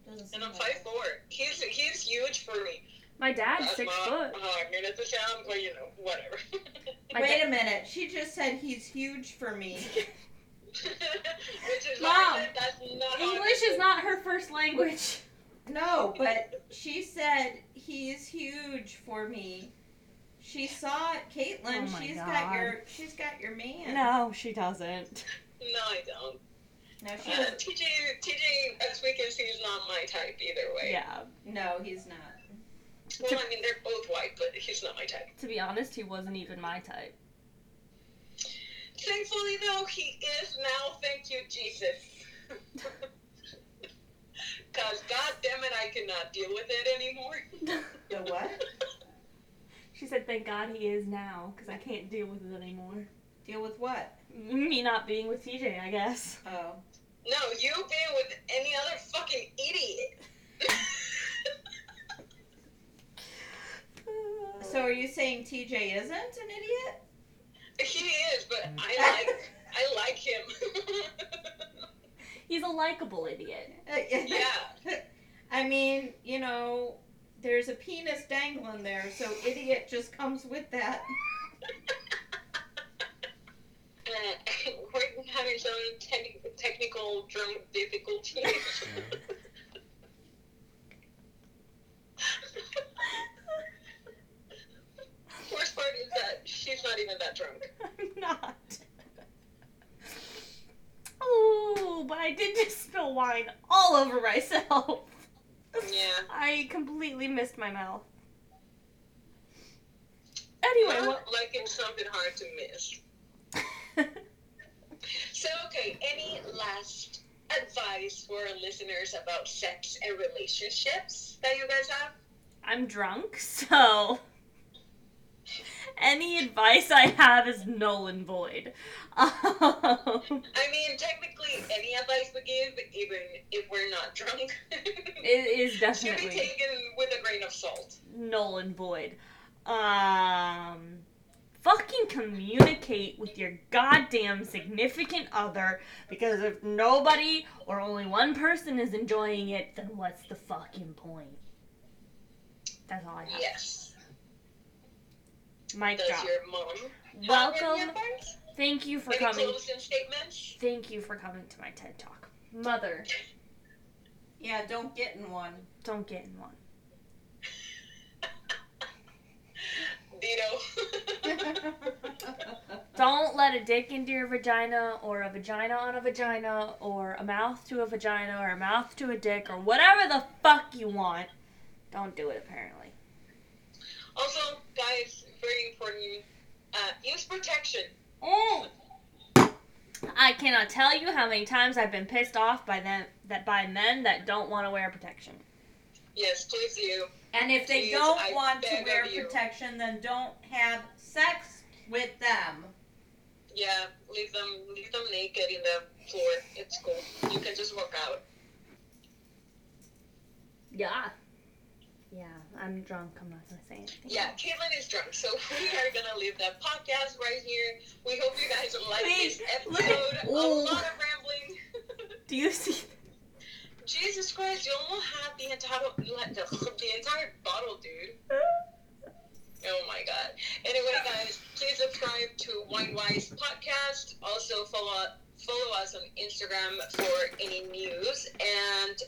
[SPEAKER 3] Doesn't seem
[SPEAKER 1] and I'm
[SPEAKER 3] like
[SPEAKER 1] five
[SPEAKER 3] it.
[SPEAKER 1] four. He's he's huge for me.
[SPEAKER 2] My dad's six
[SPEAKER 1] my,
[SPEAKER 2] foot.
[SPEAKER 1] Oh, I mean, it's a sound, but you know, whatever.
[SPEAKER 2] My
[SPEAKER 3] Wait
[SPEAKER 2] da-
[SPEAKER 3] a minute. She just said he's huge for me.
[SPEAKER 1] Which is
[SPEAKER 2] Mom,
[SPEAKER 1] why I said that's not how I
[SPEAKER 2] English
[SPEAKER 1] meant
[SPEAKER 2] is
[SPEAKER 1] it.
[SPEAKER 2] not her first language.
[SPEAKER 3] No, but she said he's huge for me. She saw it,
[SPEAKER 2] Oh
[SPEAKER 3] Caitlin.
[SPEAKER 2] my
[SPEAKER 3] she's
[SPEAKER 2] God.
[SPEAKER 3] got your she's got your man.
[SPEAKER 2] No, she doesn't.
[SPEAKER 1] No, I don't.
[SPEAKER 3] No, she
[SPEAKER 1] Uh,
[SPEAKER 3] doesn't.
[SPEAKER 1] TJ, TJ, as weak as he's not my type either way.
[SPEAKER 2] Yeah.
[SPEAKER 3] No, he's not.
[SPEAKER 1] Well, I mean, they're both white, but he's not my type.
[SPEAKER 2] To be honest, he wasn't even my type.
[SPEAKER 1] Thankfully, though, he is now. Thank you, Jesus. Because, God damn it, I cannot deal with it anymore.
[SPEAKER 3] The what?
[SPEAKER 2] She said, "Thank God he is now, because I can't deal with it anymore."
[SPEAKER 3] Deal with what?
[SPEAKER 2] Me not being with TJ, I guess.
[SPEAKER 3] Oh.
[SPEAKER 1] No, you being with any other fucking idiot.
[SPEAKER 3] So are you saying TJ isn't an idiot?
[SPEAKER 1] he is, but
[SPEAKER 3] Mm.
[SPEAKER 1] I like, I like him.
[SPEAKER 2] He's a likable idiot.
[SPEAKER 1] yeah.
[SPEAKER 3] I mean, you know, there's a penis dangling there, so idiot just comes with that.
[SPEAKER 1] Uh, We're having some te- technical drum difficulties. Worst part is that she's not even that drunk.
[SPEAKER 2] I'm not. Oh, but I did just spill wine all over myself.
[SPEAKER 1] Yeah.
[SPEAKER 2] I completely missed my mouth. Anyway,
[SPEAKER 1] Not like it's something hard to miss.
[SPEAKER 2] what?
[SPEAKER 1] So, okay, any last advice for our listeners about sex and relationships that you guys have?
[SPEAKER 2] I'm drunk, so any advice I have is null and void. Um,
[SPEAKER 1] I mean, technically, any advice we give, even if we're not drunk,
[SPEAKER 2] it is
[SPEAKER 1] should be
[SPEAKER 2] definitely
[SPEAKER 1] taken with a grain of salt.
[SPEAKER 2] null and void. Um, fucking communicate with your goddamn significant other because if nobody or only one person is enjoying it, then what's the fucking point? That's all I have.
[SPEAKER 1] Yes.
[SPEAKER 2] Mic
[SPEAKER 1] Does
[SPEAKER 2] drop.
[SPEAKER 1] your mom? have any
[SPEAKER 2] Welcome.
[SPEAKER 1] advice?
[SPEAKER 2] Thank you for
[SPEAKER 1] Any
[SPEAKER 2] coming.
[SPEAKER 1] closing statements?
[SPEAKER 2] Thank you for coming to my TED Talk. Mother,
[SPEAKER 3] Yeah, don't get in one.
[SPEAKER 2] don't get in one.
[SPEAKER 1] Dito.
[SPEAKER 2] Don't let a dick into your vagina, or a vagina on a vagina, or a mouth to a vagina, or a mouth to a dick, or whatever the fuck you want. Don't do it, apparently.
[SPEAKER 1] also, guys, very important. Uh, use protection.
[SPEAKER 2] Oh! I cannot tell you how many times I've been pissed off by them that by men that don't want to wear protection.
[SPEAKER 1] Yes, please do.
[SPEAKER 3] And if they
[SPEAKER 1] Jeez,
[SPEAKER 3] don't
[SPEAKER 1] I
[SPEAKER 3] want to
[SPEAKER 1] beg
[SPEAKER 3] wear
[SPEAKER 1] of you.
[SPEAKER 3] protection, then don't have sex with them.
[SPEAKER 1] Yeah, leave them leave them naked in the floor. It's cool. You can just walk out.
[SPEAKER 2] Yeah. Yeah, I'm drunk. I'm not gonna say anything.
[SPEAKER 1] Yeah, Caitlin is drunk, so we are gonna leave the podcast right here. We hope you guys like
[SPEAKER 2] Please,
[SPEAKER 1] this
[SPEAKER 2] look at-
[SPEAKER 1] episode. A
[SPEAKER 2] Ooh.
[SPEAKER 1] lot of rambling.
[SPEAKER 2] Do you see?
[SPEAKER 1] Jesus Christ, you almost had the entire the entire bottle, dude. Oh my god. Anyway, guys, please subscribe to Wine Wise Podcast. Also follow follow us on Instagram for any news and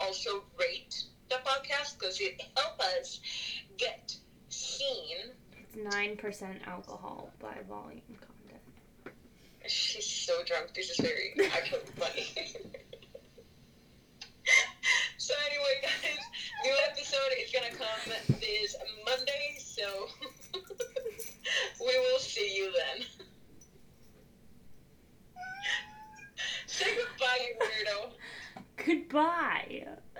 [SPEAKER 1] also rate the podcast because it helps us get seen.
[SPEAKER 2] It's nine percent alcohol by volume content.
[SPEAKER 1] She's so drunk. This is very actually funny. so anyway, guys, new episode is gonna come this Monday. So we will see you then. Say goodbye, you weirdo.
[SPEAKER 2] Goodbye.